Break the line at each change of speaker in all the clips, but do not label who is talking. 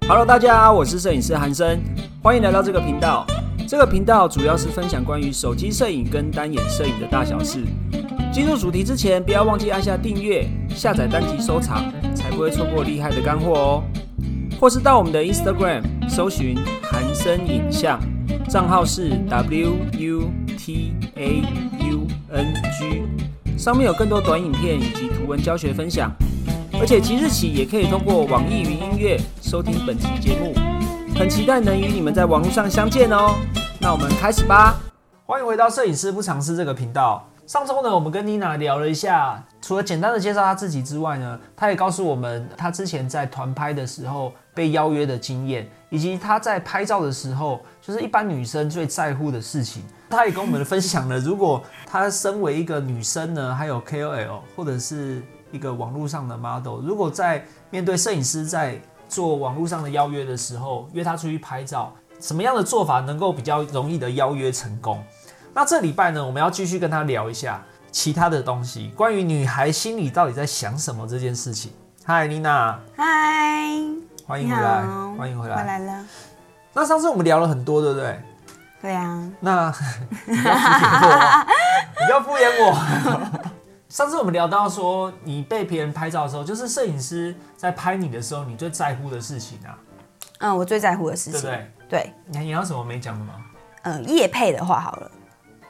Hello，大家，我是摄影师韩生，欢迎来到这个频道。这个频道主要是分享关于手机摄影跟单眼摄影的大小事。进入主题之前，不要忘记按下订阅、下载单集收藏，才不会错过厉害的干货哦。或是到我们的 Instagram 搜寻“韩生影像”，账号是 W U T A U N G，上面有更多短影片以及图文教学分享。而且即日起也可以通过网易云音乐收听本期节目，很期待能与你们在网络上相见哦。那我们开始吧。欢迎回到摄影师不尝试这个频道。上周呢，我们跟妮娜聊了一下，除了简单的介绍她自己之外呢，她也告诉我们她之前在团拍的时候被邀约的经验，以及她在拍照的时候，就是一般女生最在乎的事情。她也跟我们分享了，如果她身为一个女生呢，还有 KOL 或者是一个网络上的 model，如果在面对摄影师在做网络上的邀约的时候，约她出去拍照，什么样的做法能够比较容易的邀约成功？那这礼拜呢，我们要继续跟他聊一下其他的东西，关于女孩心里到底在想什么这件事情。嗨，妮娜，
嗨，
欢迎
你
回
好，
来，欢迎回
我
来。
来了，
那上次我们聊了很多，对不对？
对啊，
那 你不要敷衍我，你不要敷衍我。 上次我们聊到说，你被别人拍照的时候，就是摄影师在拍你的时候，你最在乎的事情啊，
嗯，我最在乎的事
对不
情，
对？
对，
你还你还有什么没讲的吗？
嗯，夜配的话好了，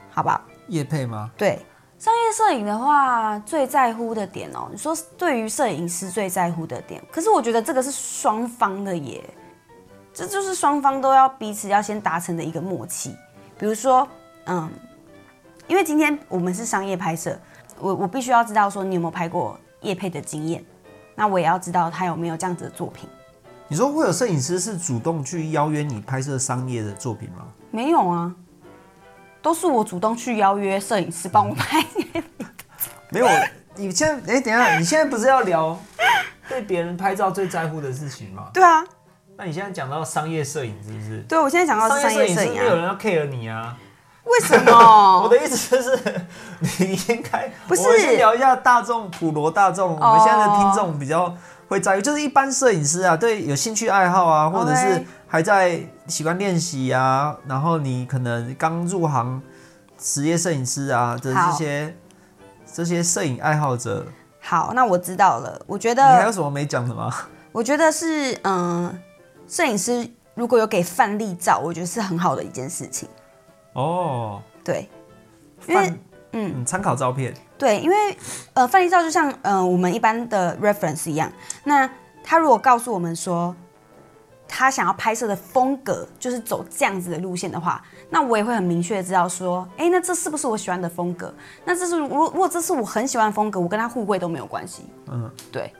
好不好？
叶配吗？
对，商业摄影的话，最在乎的点哦、你说对于摄影师最在乎的点，可是我觉得这个是双方的耶，这就是双方都要彼此要先达成的一个默契。比如说，嗯，因为今天我们是商业拍摄，我我必须要知道说你有没有拍过叶配的经验，那我也要知道他有没有这样子的作品。
你说会有摄影师是主动去邀约你拍摄商业的作品吗？
没有啊，都是我主动去邀约摄影师帮我拍。
没有，你现在哎、等一下，你现在不是要聊 对别人拍照最在乎的事情吗？
对啊，
那你现在讲到商业摄影是不是？
对我现在讲到的是商
商业摄
业
影是不
摄影
是没有
啊，
人要 care 你啊。
为什么
我？的意思就是， 你应该
不是
我们先聊一下大众普罗大众，我们现在的听众比较会在意，就是一般摄影师啊，对有兴趣爱好啊，或者是
OK
还在喜欢练习啊，然后你可能刚入行职业摄影师啊的这
好
些这些摄影爱好者，
好，那我知道了。我觉
你还有
得，
什么没讲的吗？
我觉得是，嗯，摄影师如果有给范例照，我觉得是很好的一件事情。
哦，
对，因为
范嗯，参考照片，
对，因为呃，范例照就像呃我们一般的 reference 一样，那他如果告诉我们说他想要拍摄的风格就是走这样子的路线的话，那我也会很明确的知道说，哎，那这是不是我喜欢的风格？那这是如如果这是我很喜欢的风格，我跟他互惠都没有关系。
嗯，
对。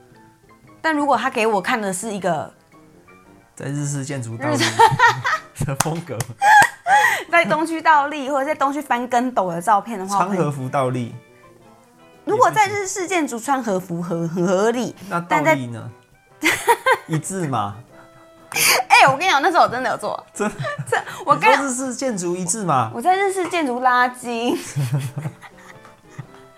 但如果他给我看的是一个，
在日式建筑道路的风 格，
在东区倒立或者在东区翻跟斗的照片的话，我
昌
会
河福倒立，
如果在日式建筑穿和服很很合理，
那倒
但在
立 呢？一致嘛？
哎、我跟你讲，那时候我真的有做，
真的
这我
你
跟
说
你
这是建筑一致嘛？
我在日式建筑拉筋，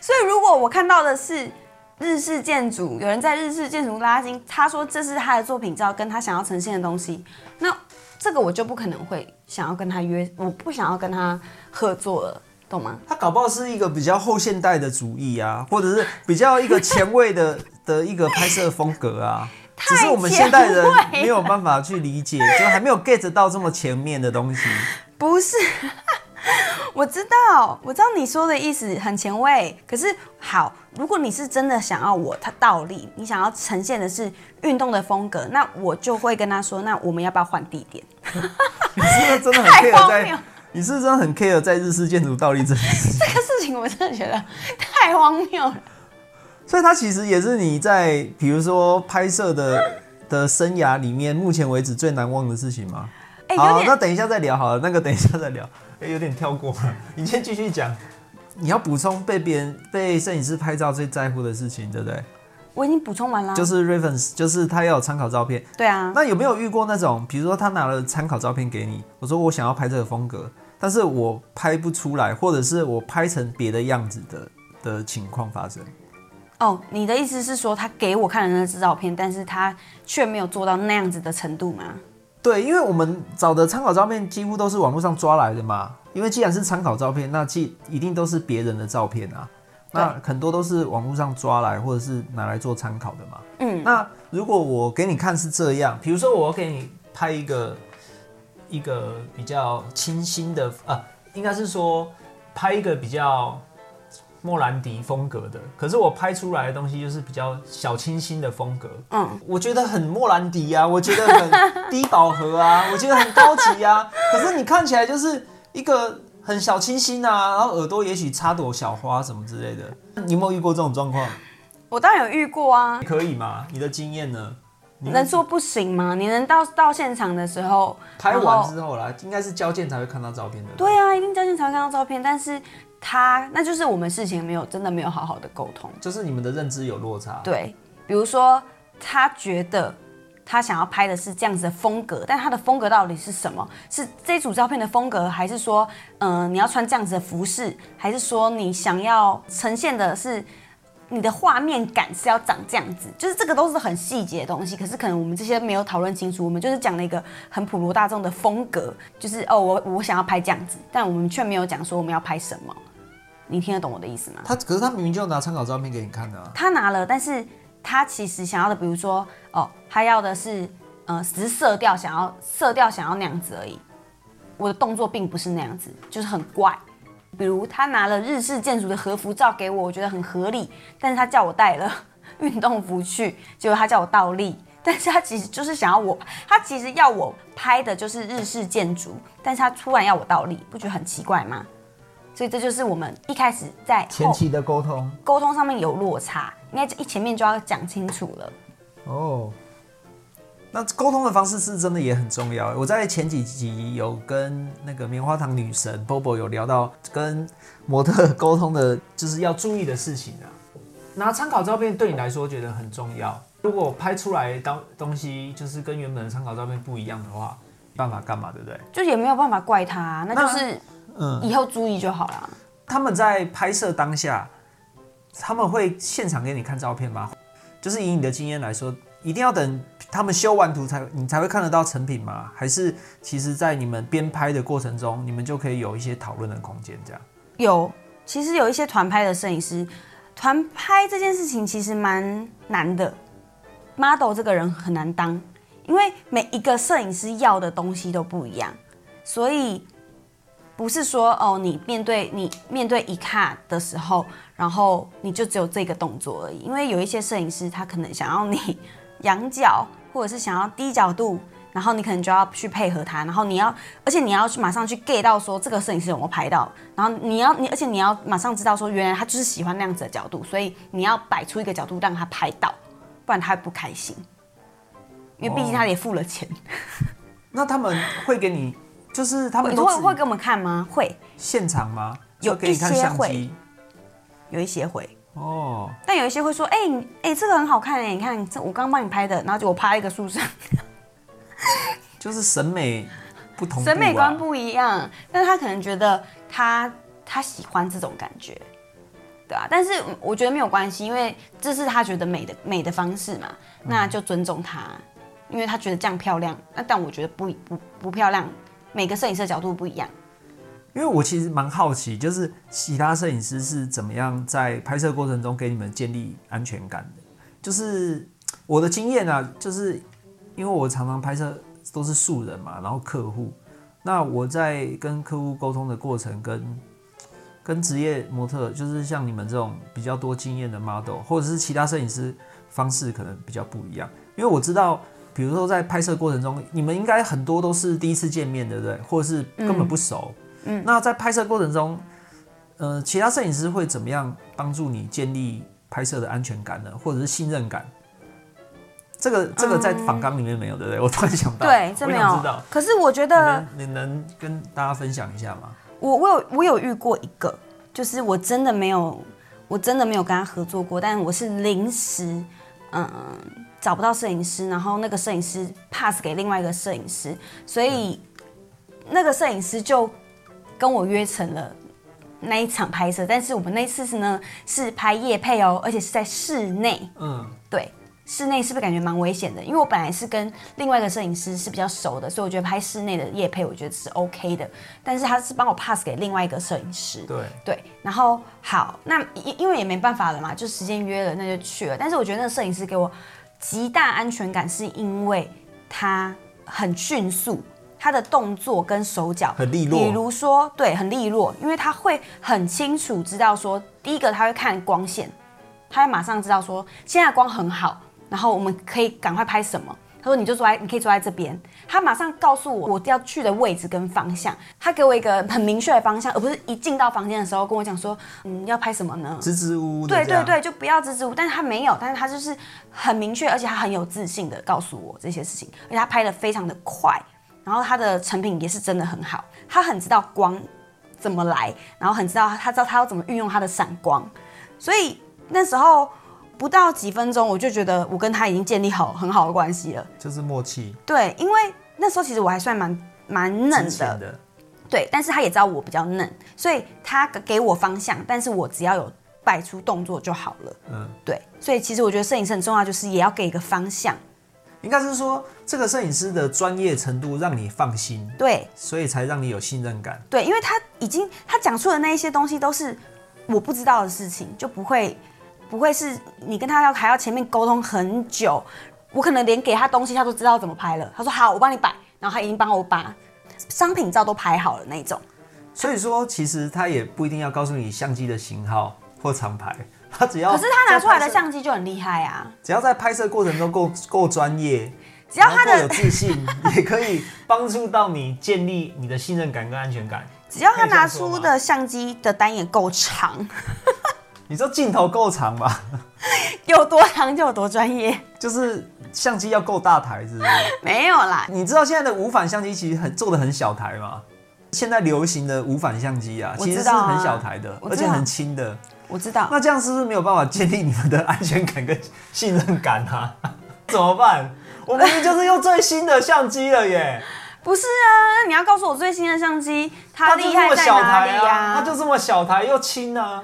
所以如果我看到的是日式建筑，有人在日式建筑拉筋，他说这是他的作品照，跟他想要呈现的东西，那这个我就不可能会想要跟他约，我不想要跟他合作了，懂吗？
它搞不好是一个比较后现代的主义啊，或者是比较一个前卫 的的一个拍摄风格啊。只是我们现代人
前卫了
没有办法去理解，就还没有 get 到这么前面的东西。
不是， 我知道，我知道你说的意思很前卫。可是好，如果你是真的想要我他倒立，你想要呈现的是运动的风格，那我就会跟他说，那我们要不要换地点？
你是不是真的很
太
care
荒谬
在，，你是不是真的很 care 在日式建筑倒立这件事情。
这个事情我真的觉得太荒谬了。
所以它其实也是你在比如说拍摄的的生涯里面，目前为止最难忘的事情吗？
哎、有
好，那
点
等一下再聊好了，那个等一下再聊。 哎、有点跳过了，你先继续讲。你要补充被别人被摄影师拍照最在乎的事情，对不对？
啊我已经补充完了。啊
就是 reference，就是他要有参考照片。
对啊，
那有没有遇过那种，比如说他拿了参考照片给你，我说我想要拍这个风格，但是我拍不出来，或者是我拍成别的样子的的情况发生？
哦，你的意思是说他给我看了那支照片，但是他却没有做到那样子的程度吗？
对，因为我们找的参考照片几乎都是网络上抓来的嘛，因为既然是参考照片，那既一定都是别人的照片啊，那很多都是网络上抓来或者是拿来做参考的嘛。嗯，那如果我给你看是这样，比如说我给你拍一个一个比较清新的啊，应该是说拍一个比较莫兰迪风格的，可是我拍出来的东西就是比较小清新的风格。
嗯，
我觉得很莫兰迪啊，我觉得很低饱和啊， 我觉得很高级啊。可是你看起来就是一个很小清新啊，然后耳朵也许插朵小花什么之类的。你有没有遇过这种状况？
我当然有遇过啊，
可以吗？你的经验呢？你
能说不行吗？你能到到现场的时候，
拍
然
完
后
之后啦，应该是交件才会看到照片的。
对啊，一定在现场看到照片，但是他那就是我们事情没有真的没有好好的沟通。
就是你们的认知有落差。
对，比如说他觉得他想要拍的是这样子的风格，但他的风格到底是什么？是这组照片的风格，还是说，嗯、你要穿这样子的服饰，还是说你想要呈现的是你的画面感是要长这样子？就是这个都是很细节的东西，可是可能我们这些没有讨论清楚，我们就是讲了一个很普罗大众的风格，就是哦，我我想要拍这样子，但我们却没有讲说我们要拍什么。你听得懂我的意思吗？
他可是他明明就拿参考照片给你看的啊。
他拿了，但是他其实想要的，比如说哦，他要的是呃，只是色调想要色调想要那样子而已。我的动作并不是那样子，就是很怪。比如他拿了日式建筑的和服照给我，我觉得很合理，但是他叫我带了 运动服去，结果他叫我倒立。但是他其实就是想要我，他其实要我拍的就是日式建筑，但是他突然要我倒立，不觉得很奇怪吗？所以这就是我们一开始在后
前期的沟通
沟通上面有落差，应该一前面就要讲清楚了。
哦。那沟通的方式是真的也很重要。我在前几集有跟那个棉花糖女神 Bobo 有聊到跟模特沟通的，就是要注意的事情啊。拿参考照片对你来说觉得很重要，如果拍出来当东西就是跟原本的参考照片不一样的话，没办法干嘛，对不对？
就也没有办法怪他、啊那就是
嗯
以后注意就好啦。
他们在拍摄当下，他们会现场给你看照片吗？就是以你的经验来说，一定要等他们修完图才你才会看得到成品吗？还是其实，在你们边拍的过程中，你们就可以有一些讨论的空间？这样
有，其实有一些团拍的摄影师，团拍这件事情其实蛮难的，model 这个人很难当，因为每一个摄影师要的东西都不一样，所以不是说哦，你面对你面对一卡的时候，然后你就只有这个动作而已，因为有一些摄影师他可能想要你仰角，或者是想要低角度。然后你可能就要去配合他，然后你要，而且你要去马上去 get 到说这个摄影师有没有拍到，然后你要你，而且你要马上知道说原来他就是喜欢那样子的角度，所以你要摆出一个角度让他拍到，不然他会不开心，因为毕竟他也付了钱。
那他们会给你，就是他们
你
都
会会
是
给我们看吗？会，
现场吗？
有
就给你看
一些
相
会
机
有一些会，
哦，
但有一些会说，哎、你哎、这个很好看哎、你看这我刚帮你拍的，然后就我趴一个树 上，
就是审美不同步啊、
审美观不一样，但是他可能觉得他他喜欢这种感觉，对啊，但是我觉得没有关系，因为这是他觉得美的美的方式嘛，
嗯
那就尊重他，因为他觉得这样漂亮，那但我觉得不不不漂亮，每个摄影师的角度不一样。
因为我其实蛮好奇，就是其他摄影师是怎么样在拍摄过程中给你们建立安全感的。就是我的经验啊，就是因为我常常拍摄都是素人嘛，然后客户，那我在跟客户沟通的过程跟，跟职业模特，就是像你们这种比较多经验的 model，或者是其他摄影师方式可能比较不一样。因为我知道，比如说在拍摄过程中，你们应该很多都是第一次见面，对不对？或者是根本不熟。嗯。那在拍摄过程中，呃，其他摄影师会怎么样帮助你建立拍摄的安全感呢？或者是信任感？这个这个在访纲里面没有，对不对？我突然想到，
嗯对，这
我
没
想
有
知道。。嗯
可是我觉得
你能你能跟大家分享一下吗？
我我有我有遇过一个，就是我真的没有，我真的没有跟他合作过，但我是临时，嗯，找不到摄影师，然后那个摄影师 pass 给另外一个摄影师，所以那个摄影师就跟我约成了那一场拍摄，但是我们那一次是呢是拍夜配哦，而且是在室内，
嗯，
对。室内是不是感觉蛮危险的？因为我本来是跟另外一个摄影师是比较熟的，所以我觉得拍室内的夜配，我觉得是 OK 的。但是他是帮我 pass 给另外一个摄影师，
对，
对，然后好，那因因为也没办法了嘛，就时间约了，那就去了。但是我觉得那个摄影师给我极大安全感，是因为他很迅速，他的动作跟手脚
很利落
比如说，对，很利落，因为他会很清楚知道说，第一个他会看光线，他会马上知道说现在光很好，然后我们可以赶快拍什么。他说：“你就坐在，你可以坐在这边。”他马上告诉我我要去的位置跟方向，他给我一个很明确的方向，而不是一进到房间的时候跟我讲说：“嗯，要拍什么呢？”
支支吾吾的
对
这
对
样
对，就不要支支吾吾。但是他没有，但是他就是很明确，而且他很有自信的告诉我这些事情，而且他拍的非常的快，然后他的成品也是真的很好，他很知道光怎么来，然后很知道他知道他要怎么运用他的闪光，所以那时候不到几分钟，我就觉得我跟他已经建立好很好的关系了。
就是默契，
对，因为那时候其实我还算蛮蛮嫩
之前的
对，但是他也知道我比较嫩，所以他给我方向，但是我只要有摆出动作就好了。
嗯，
对，所以其实我觉得摄影师很重要，就是也要给一个方向。
应该是说这个摄影师的专业程度让你放心，
对
所以才让你有信任感。
对，因为他已经他讲出的那一些东西都是我不知道的事情，就不会不会是你跟他要还要前面沟通很久，我可能连给他东西他都知道怎么拍了。他说好，我帮你摆，然后他已经帮我把商品照都拍好了那一种。
所以说，其实他也不一定要告诉你相机的型号或厂牌， 他只要
可是他拿出来的
在拍摄
相机就很厉害啊。
只要在拍摄过程中够够专业，只
要他的
有自信， 也可以帮助到你建立你的信任感跟安全感。
只要他
可以这
拿
样说吗
出的相机的单眼够长，
你说镜头够长吧，
有多长就有多专业。
就是相机要够大台，是不是？
没有啦，
你知道现在的无反相机其实很做的很小台吗？现在流行的无反相机啊，
我
其实
知
是
道啊
很小台的，
我
而
知
且
道
很轻的。
我知道。
那这样是不是没有办法建立你们的安全感跟信任感啊？ 怎么办？我明明就是用最新的相机了耶，
不是啊，你要告诉我最新的相机它
它就
厉
这
害
么
在
小
哪
台
里
啊，它 就这么小台又轻啊，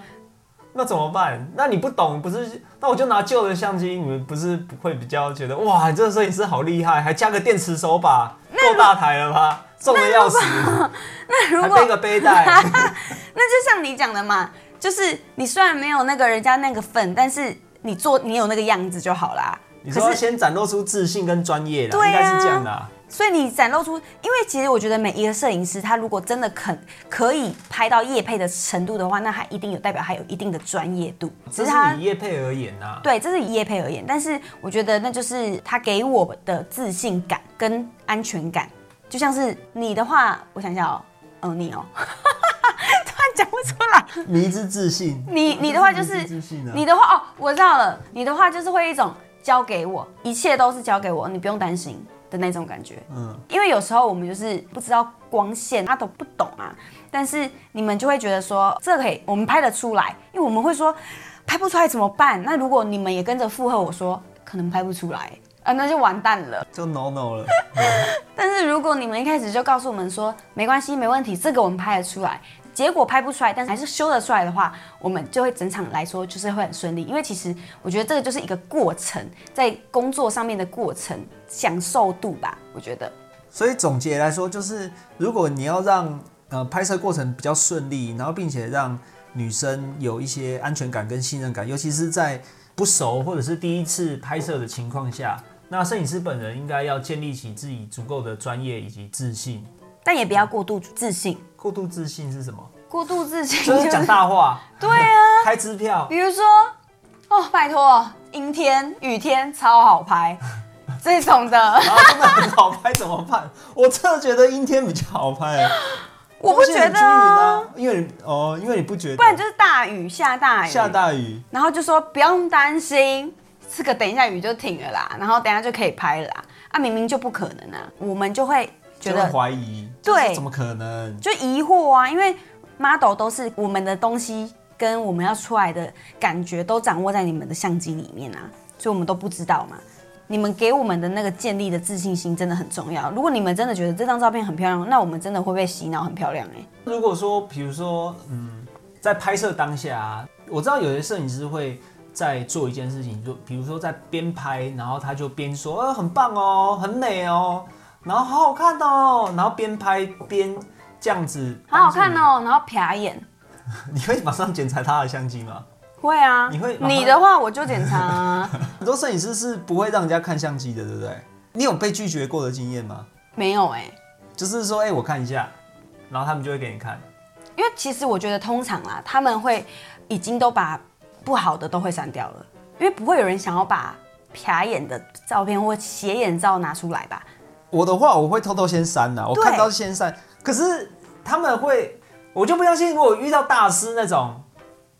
那怎么办？那你不懂不是？那我就拿旧的相机，你们不是会比较觉得哇，你这个摄影师好厉害，还加个电池手把，够大台了吧？重的要死，
那如
还
果
背个背 带，
那就像你讲的嘛，就是你虽然没有那个人家那个份，但是你做你有那个样子就好啦。
你说
可
要
是，
先展露出自信跟专业啦，
对啊
应该是这样的啊、
所以你展露出，因为其实我觉得每一个摄影师，他如果真的肯可以拍到叶配的程度的话，那他一定有代表他有一定的专业度，
只
只是他
是以业配而言啊。
对，这是以业配而言，但是我觉得那就是他给我的自信感跟安全感，就像是你的话，我想一下哦，嗯、你哦， 突然讲不出来，
迷之自信。
你你的话就是
迷之自信啊
你的话哦，我知道了，你的话就是会一种交给我，一切都是交给我，你不用担心的那种感觉。
嗯，
因为有时候我们就是不知道光线，他都不懂啊。但是你们就会觉得说，这可以，我们拍得出来，因为我们会说拍不出来怎么办？那如果你们也跟着附和我说，可能拍不出来啊，那就完蛋了。
就 no no 了。
但是如果你们一开始就告诉我们说，没关系，没问题，这个我们拍得出来，结果拍不出来，但是还是修得出来的话，我们就会整场来说就是会很顺利。因为其实我觉得这个就是一个过程，在工作上面的过程，享受度吧，我觉得。
所以总结来说，就是如果你要让呃拍摄过程比较顺利，然后并且让女生有一些安全感跟信任感，尤其是在不熟或者是第一次拍摄的情况下，那摄影师本人应该要建立起自己足够的专业以及自信。
但也不要过度自信。
过度自信是什么？
过度自信
就是讲大话，
对啊，
开支 票，
比如说，哦，拜托，阴天、雨天超好拍，这种 的，
然后真的很好拍怎么办？我真的觉得阴天比较好拍。
我不觉
现在很均
得
匀
啊，
啊，因为你哦，因为你不觉得，
不然就是大雨下大雨，
下大雨，
然后就说不用担心，这个等一下雨就停了啦，然后等一下就可以拍了啦，啊，明明就不可能啊，我们就会觉
就会
得
怀疑，
对
就是怎么可能？
就疑惑啊，因为 model 都是我们的东西跟我们要出来的感觉都掌握在你们的相机里面啊，所以我们都不知道嘛。你们给我们的那个建立的自信心真的很重要。如果你们真的觉得这张照片很漂亮，那我们真的会被洗脑很漂亮哎、
如果说，比如说，嗯，在拍摄当下、啊，我知道有些摄影师会在做一件事情，就比如说在边拍，然后他就边说，呃，很棒哦，很美哦，然后好好看哦，然后边拍边这样子，
好好看哦，然后瞟眼。
但是你。你会马上检查他的相机吗？
会啊，
你会
你的话我就检查 啊，
很多摄影师是不会让人家看相机的，对不对？你有被拒绝过的经验吗？
没有哎、
就是说，哎、我看一下，然后他们就会给你看。
因为其实我觉得通常啦，他们会已经都把不好的都会删掉了，因为不会有人想要把瞟眼的照片或斜眼照拿出来吧？
我的话，我会偷偷先删的，我
对
看到先删。可是他们会，我就不相信，如果遇到大师那种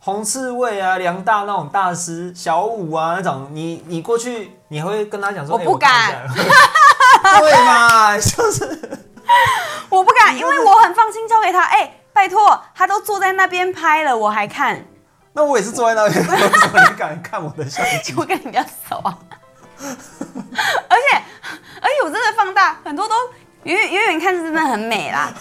红刺猬啊、梁大那种大师、小五啊那种，你你过去，你会跟他讲说，
我
哎
不
看一下 对嘛，就是
我不敢，因为我很放心交给他。哎、拜托，他都坐在那边拍了，我还看，
那我也是坐在那边，为什么你敢看我的相机？
我跟你比较熟啊。而且，而且我真的放大很多都远远远远看是真的很美啦。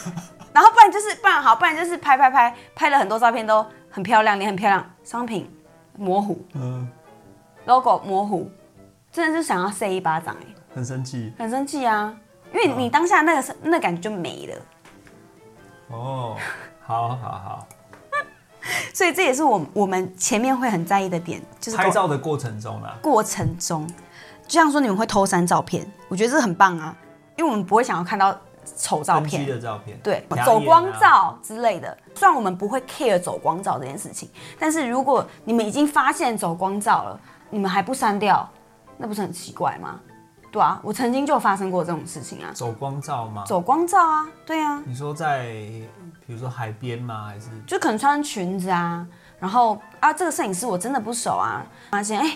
然后不然就是不然好，不然就是拍拍拍拍了很多照片都很漂亮，你很漂亮，商品模糊
嗯，
logo 模糊，真的就想要塞一巴掌哎、
很生气
很生气啊，因为你当下那个是那感觉就没了。
哦。好好好，
所以这也是我我们前面会很在意的点，就是
拍照的过程中啊啦，
过程中，就像说你们会偷删照片，我觉得这很棒啊，因为我们不会想要看到丑照
NG
片，
的照片，
对
牙，
走
眼
光
啊
照之类的。虽然我们不会 care 走光照这件事情，但是如果你们已经发现走光照了，你们还不删掉，那不是很奇怪吗？对啊，我曾经就发生过这种事情啊，
走光照吗？
走光照啊，对啊，
你说在，比如说海边吗？还是
就可能穿裙子啊，然后啊，这个摄影师我真的不熟啊，发现哎、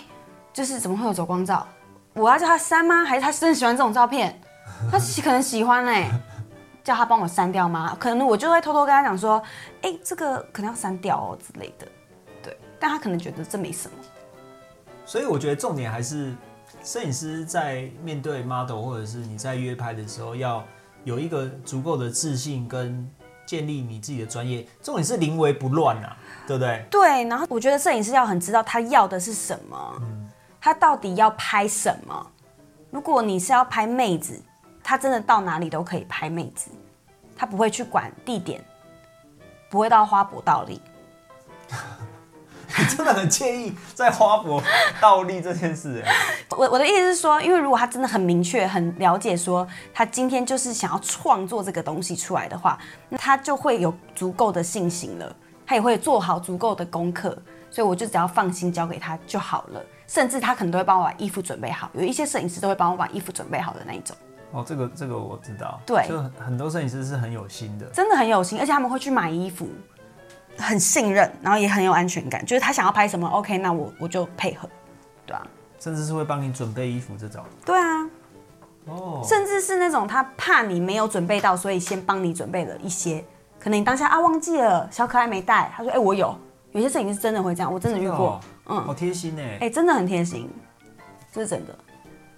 就是怎么会有走光照？我要叫他删吗？还是他真的喜欢这种照片？他喜可能喜欢哎、叫他帮我删掉吗？可能我就会偷偷跟他讲说，哎、这个可能要删掉哦之类的，对，但他可能觉得这没什么，
所以我觉得重点还是摄影师在面对 model 或者是你在约拍的时候，要有一个足够的自信跟建立你自己的专业。重点是临危不乱啊，对不对？
对。然后我觉得摄影师要很知道他要的是什么，他到底要拍什么。如果你是要拍妹子，他真的到哪里都可以拍妹子，他不会去管地点，不会到花博道里。
你真的很介意在花博倒立这件事、欸，
我我的意思是说，因为如果他真的很明确、很了解说他今天就是想要创作这个东西出来的话，那他就会有足够的信心了，他也会做好足够的功课，所以我就只要放心交给他就好了。甚至他可能都会帮我把衣服准备好，有一些摄影师都会帮我把衣服准备好的那一种，
哦，这个这个我知道，
对
就很很多摄影师是很有心的，
真的很有心，而且他们会去买衣服，很信任，然后也很有安全感，就是他想要拍什么，OK，那我我就配合，对啊，
甚至是会帮你准备衣服这种。
对啊，
哦，
甚至是那种他怕你没有准备到，所以先帮你准备了一些，可能你当下啊忘记了，小可爱没带，他说哎、我有，有些摄影师真的会这样，我真的遇过，
嗯，好贴心哎、
哎、真的很贴心，这是真的，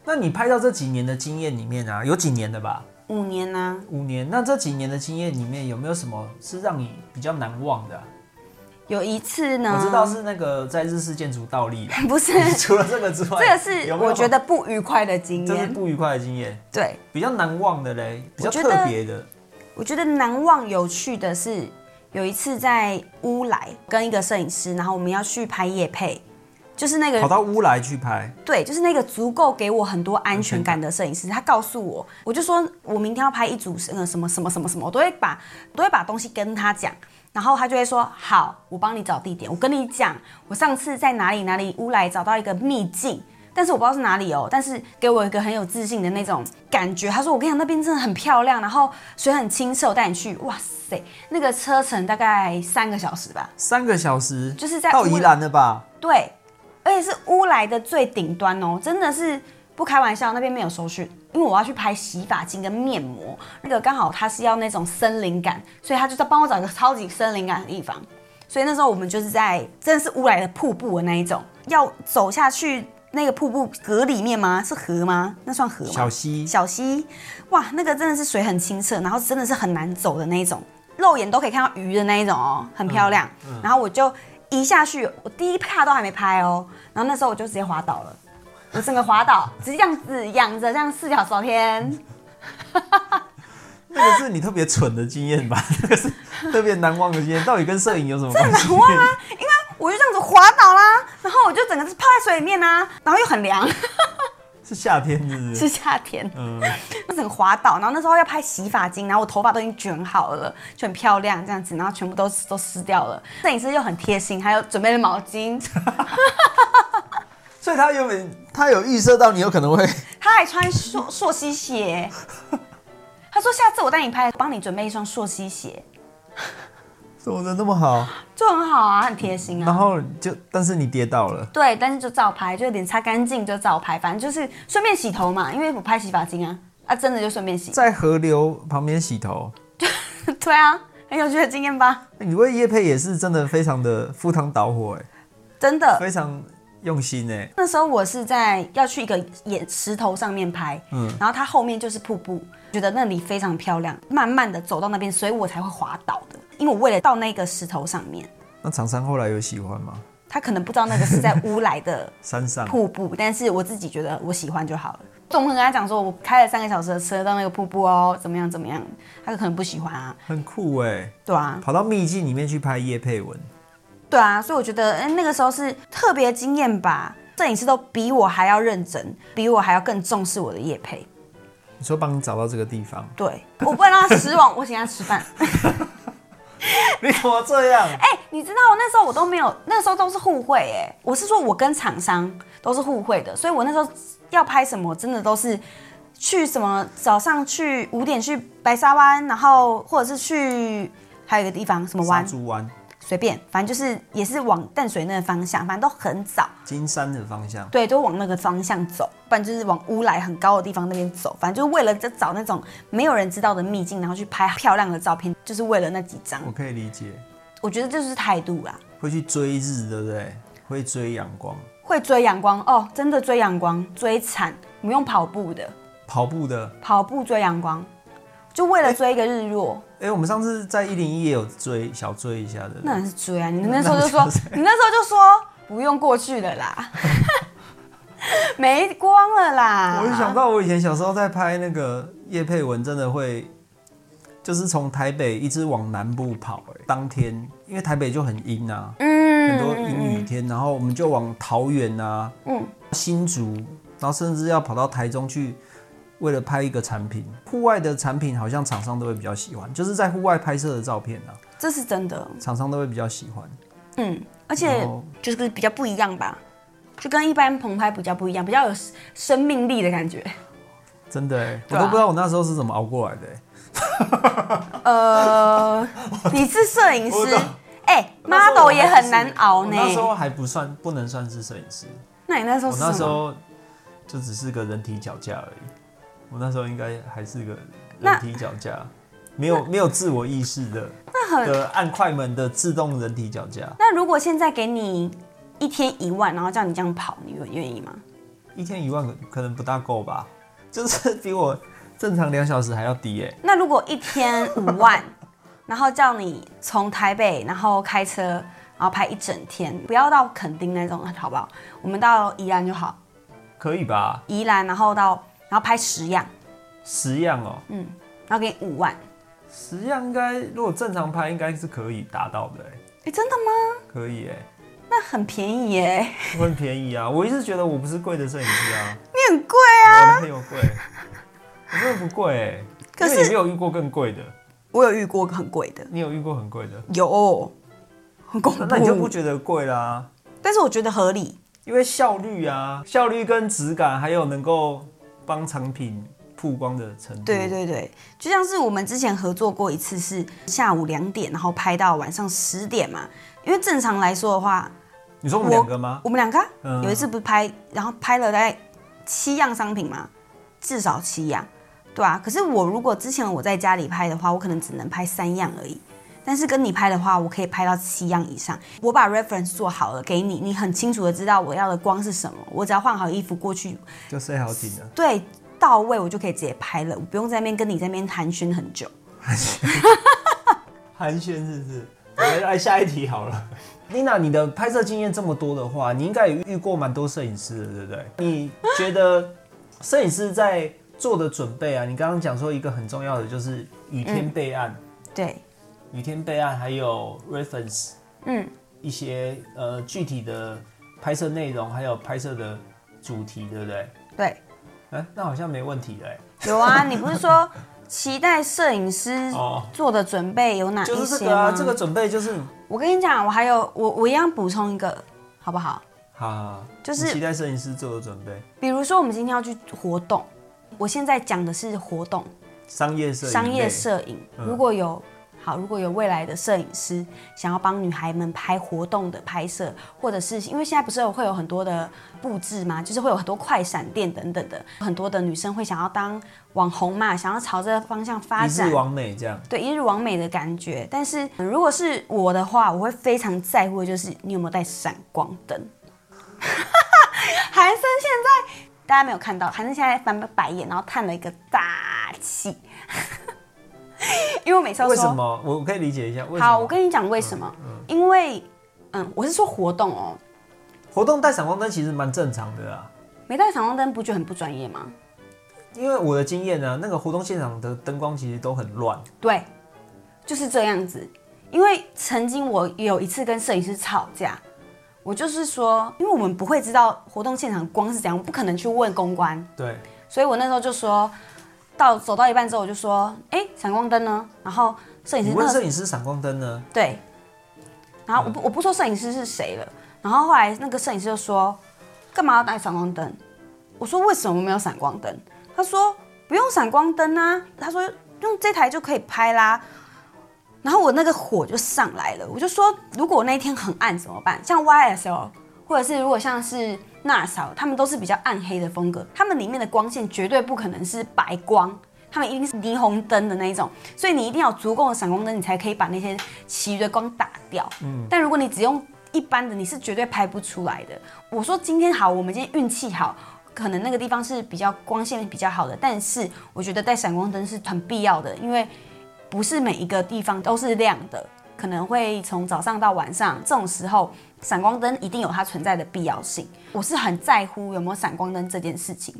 那你拍到这几年的经验里面啊，有几年的吧？
五年呢、
五年。那这几年的经验里面，有没有什么是让你比较难忘的啊、
有一次呢，
我知道是那个在日式建筑倒立啦
不是
除了这个之外，
这个是
有没有
我觉得不愉快的经
这是
验，
不愉快的经验，
对，
比较难忘的嘞，比较
我觉
特
得
别的。
我觉得难忘有趣的是，有一次在乌来跟一个摄影师，然后我们要去拍夜配，就是那
跑
个
到乌来去拍，
对，就是那个足够给我很多安全感的摄影师，他告诉我，我就说我明天要拍一组那个什么什么什么什么，我都会把我都会把东西跟他讲。然后他就会说：“好，我帮你找地点。我跟你讲，我上次在哪里哪里乌来找到一个秘境，但是我不知道是哪里哦。但是给我一个很有自信的那种感觉。他说：我跟你讲，那边真的很漂亮，然后水很清澈，我带你去。哇塞，那个车程大概三个小时吧。
三个小时，
就是在乌
到宜兰了吧？
对，而且是乌来的最顶端哦，真的是不开玩笑，那边没有收讯，因为我要去拍洗发精跟面膜，那个刚好他是要那种森林感，所以他就在帮我找一个超级森林感的地方，所以那时候我们就是在真的是乌来的瀑布的那一种，要走下去。那个瀑布河里面吗？是河吗？那算河吗？
小溪
小溪，哇，那个真的是水很清澈，然后真的是很难走的那一种，肉肉眼都可以看到鱼的那一种哦，很漂亮。然后我就一下去，我第一帕都还没拍哦，然后那时候我就直接滑倒了，我整个滑倒，直接这样子仰着，这样四脚朝天。
那个是你特别蠢的经验吧？ 那个是特别难忘的经验，到底跟摄影有什么关系？
我就这样子滑倒啦，然后我就整个是泡在水里面啦、然后又很凉，
是夏天是不是？
是夏天，
嗯，
我整个滑倒，然后那时候要拍洗发精，然后我头发都已经卷好了，就很漂亮这样子，然后全部都都湿掉了。摄影师又很贴心，还有准备了毛巾，
所以他原本他有预设到你有可能会
他还穿溯溯溪鞋，他说下次我带你拍，帮你准备一双溯溪鞋，
怎么的那么好，
就很好啊，很贴心啊
然。后就但是你跌倒了，
对，但是就照拍，就脸擦干净就照拍，反正就是顺便洗头嘛，因为我拍洗发精啊，啊真的就顺便洗。
在河流旁边洗头，
对啊，很有趣的经验吧？
你为叶佩也是真的非常的赴汤蹈火哎，
真的，
非常用心哎，
那时候我是在要去一个岩石头上面拍，嗯，然后它后面就是瀑布，觉得那里非常漂亮。慢慢的走到那边，所以我才会滑倒的，因为我为了到那个石头上面，
那厂商后来有喜欢吗？
他可能不知道那个是在乌来的
山上
瀑布，但是我自己觉得我喜欢就好了。总不能跟他讲说，我开了三个小时的车到那个瀑布哦，怎么样怎么样，他可能不喜欢啊，
很酷哎，
对啊，
跑到秘境里面去拍叶佩文，
对啊，所以我觉得，嗯，那个时候是特别惊艳吧。摄影师都比我还要认真，比我还要更重视我的业配。
你说帮你找到这个地方，
对，我不能让他失望，我 请他吃饭。
你怎么这样？
哎、你知道那时候我都没有，那时候都是互惠哎、我是说我跟厂商都是互惠的，所以我那时候要拍什么，真的都是去什么早上去五点去白沙湾，然后或者是去还有一个地方什么
沙
湾，
猪湾
随便，反正就是也是往淡水那个方向，反正都很早。
金山的方向，
对，都往那个方向走，不然就是往乌来很高的地方那边走。反正就是为了就找那种没有人知道的秘境，然后去拍漂亮的照片，就是为了那几张。
我可以理解，
我觉得这就是态度啦，
会去追日，对不对？会追阳光，
会追阳光哦，真的追阳光，追惨，我们用跑步的，
跑步的。
跑步追阳光，就为了追一个日落，
哎、我们上次在一零一也有追小追一下的，
那很是追啊！你那时候就
那
说
就是，
你那时候就说不用过去了 啦，没光了啦。
我就想到我以前小时候在拍那个叶佩文，真的会就是从台北一直往南部跑、哎，当天因为台北就很阴啊，
嗯，
很多阴雨天，然后我们就往桃园啊，
嗯
新竹，然后甚至要跑到台中去，为了拍一个产品。户外的产品好像厂商都会比较喜欢，就是在户外拍摄的照片啊，
这是真的。
厂商都会比较喜欢。
嗯，而且
然后
就是比较不一样吧，就跟一般棚拍比较不一样，比较有生命力的感觉。
真的、哎，我
对啊
都不知道我那时候是怎么熬过来的、哎
呃，你是摄影
我
师
懂，
哎
那时候我
，model 也
还不
很
是
难熬
我
呢。
那时候还不算，不能算是摄影师。
那你那时候
我
是
哦那时
什么？
候就只是个人体脚架而已。我那时候应该还是个
那
人体脚架，没有没有自我意识的
那很……
的按快门的自动人体脚架，
那如果现在给你一天一万，然后叫你这样跑，你愿愿意吗？
一天一万个可能不大够吧，就是比我正常两小时还要低哎、
那如果一天五万，然后叫你从台北，然后开车，然后拍一整天，不要到垦丁那种，好不好？我们到宜兰就好，
可以吧？
宜兰，然后到，然后拍十样。
十样哦、
然后给你五万。
十样应该如果正常拍应该是可以达到的哎、
哎，真的吗？
可以哎、
那很便宜耶，
我很便宜啊！我一直觉得我不是贵的摄影师啊，
你很贵啊。
我哪有贵？我真的不贵、欸，
可是
因为你没有遇过更贵的，
我有遇过很贵的，
你有遇过很贵的，
有，很恐
那你就不觉得贵啦？
但是我觉得合理。
因为效率啊，效率跟质感，还有能够帮产品曝光的程度。
对对对，就像是我们之前合作过一次，是下午两点，然后拍到晚上十点嘛。因为正常来说的话，
你说我们两个吗？
我们两个啊、
嗯
有一次不是拍，然后拍了大概七样商品嘛，至少七样，对啊。可是我如果之前我在家里拍的话，我可能只能拍三样而已。但是跟你拍的话，我可以拍到七样以上。我把 reference 做好了给你，你很清楚的知道我要的光是什么。我只要换好衣服过去，
就塞好紧了。
对到位，我就可以直接拍了，我不用在那边跟你在那边寒暄很久。
寒暄是不是？我们来下一题好 了。
Lina，你的拍摄经验这么多的话，你应该也遇过蛮多摄影师的，对不对？你觉得摄影师在做的准备啊？你刚刚讲说一个很重要的就是雨天备案，
对，
雨天备案还有 reference
嗯，
一些呃具体的拍摄内容，还有拍摄的主题，对不对？
对，
哎、那好像没问题了、哎
有啊，你不是说期待摄影师
哦
做的准备有哪一些
就
吗？
是这个啊，这个准备就是
我跟你讲，我还有我我一样补充一个，好不好？
好好，好
就是
你期待摄影师做的准备，
比如说我们今天要去活动，我现在讲的是活动
商业摄影类，嗯
商业摄影，如果有。好，如果有未来的摄影师想要帮女孩们拍活动的拍摄，或者是因为现在不是有会有很多的布置嘛，就是会有很多快闪店等等的，很多的女生会想要当网红嘛，想要朝这个方向发
一
展
致。完美这样。
对一日完美的感觉。但是嗯如果是我的话，我会非常在乎的就是你有没有带闪光灯。 韩森现在大家没有看到，韩森现在翻白眼，然后叹了一个大气， 因为我每次都说
为什么？我可以理解一下。为什么嗯
好，我跟你讲为什么，因为嗯，我是说活动哦，
活动带闪光灯其实蛮正常的啊，
没带闪光灯不觉得很不专业吗？
因为我的经验呢、啊那个活动现场的灯光其实都很乱。
对，就是这样子。因为曾经我有一次跟摄影师吵架，我就是说，因为我们不会知道活动现场光是怎样，不可能去问公关，
对，
所以我那时候就说到走到一半之后，我就说，哎、闪光灯呢？然后摄影
你
师那
问
个
摄影师闪光灯呢？
对，然后我不我不说摄影师是谁了，然后后来那个摄影师就说，干嘛要带闪光灯？我说为什么没有闪光灯？他说不用闪光灯啊，他说用这台就可以拍啦。然后我那个火就上来了，我就说如果那一天很暗怎么办？像 YSL 或者是如果像是那嫂，他们都是比较暗黑的风格，他们里面的光线绝对不可能是白光，他们一定是霓虹灯的那一种，所以你一定要有足够的闪光灯，你才可以把那些其余的光打掉。嗯，但如果你只用一般的，你是绝对拍不出来的。我说今天好，我们今天运气好。可能那个地方是比较光线比较好的，但是我觉得带闪光灯是很必要的，因为不是每一个地方都是亮的，可能会从早上到晚上，这种时候闪光灯一定有它存在的必要性。我是很在乎有没有闪光灯这件事情。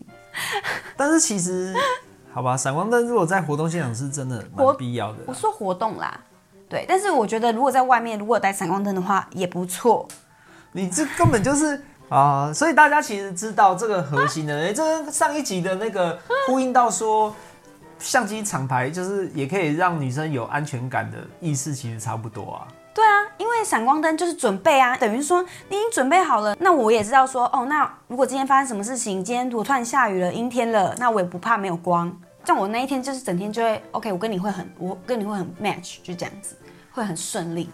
但是其实，好吧，闪光灯如果在活动现场是真的
活
蛮必要的
我
啦。
说活动啦，对，但是我觉得如果在外面如果有带闪光灯的话也不错。
你这根本就是啊、所以大家其实知道这个核心的，哎、这跟上一集的那个呼应到说，相机厂牌就是也可以让女生有安全感的意识，其实差不多啊。
对啊，因为闪光灯就是准备啊，等于说你已经准备好了。那我也知道说，哦，那如果今天发生什么事情，今天我突然下雨了，阴天了，那我也不怕没有光。像我那一天就是整天就会，OK，我跟你会很，我跟你会很 match，就这样子，会很 顺利。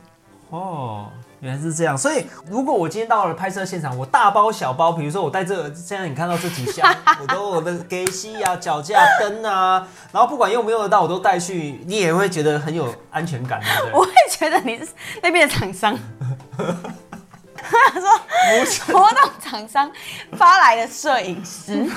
哦，原来是这样。所以如果我今天到了拍摄现场，我大包小包，比如说我带这个，现在你看到这几项，我都我的给西啊、脚架、灯啊，然后不管用不用得到，我都带去，你也会觉得很有安全感，对不
我会觉得你是那边的厂商，说活动厂商发来的摄影师，
对？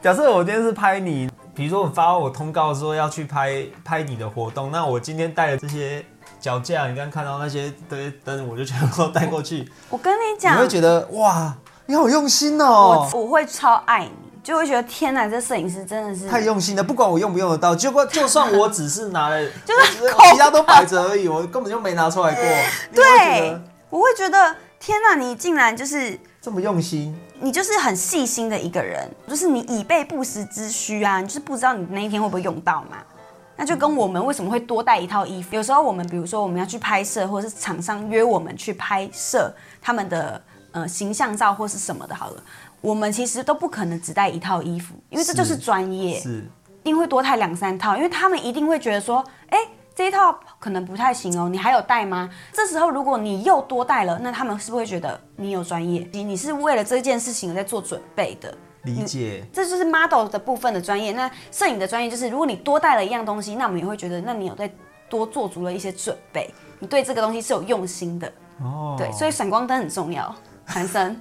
假设我今天是拍你，比如说我发我通告说要去拍拍你的活动，那我今天带了这些脚架，你刚刚看到那些这些灯，我就全部都带过去，
我跟你
你
讲，
会觉得哇，你好用心哦
我。我会超爱你，就会觉得天哪，这摄影师真的是
太用心了，不管我用不用得到，结果就算我只是拿了，
就是
我只其他都摆着而已，我根本就没拿出来 过。你会觉
对
得，
我会觉得天哪，你竟然就是
这么用心，
你就是很细心的一个人，就是你以备不时之需啊，你就是不知道你那一天会不会用到嘛。那就跟我们为什么会多带一套衣服？有时候我们比如说我们要去拍摄，或者是厂商约我们去拍摄他们的呃形象照或是什么的，好了，我们其实都不可能只带一套衣服，因为这就是
是
专业。
是
一定会多带两三套，因为他们一定会觉得说，哎、这一套可能不太行哦，你还有带吗？这时候如果你又多带了，那他们是不是会觉得你有专业，你你是为了这件事情在做准备的？
理解。
这就是 model 的部分的专业。那摄影的专业就是，如果你多带了一样东西，那我们也会觉得，那你有在多做足了一些准备，你对这个东西是有用心的。
哦，
对，所以闪光灯很重要，韩生。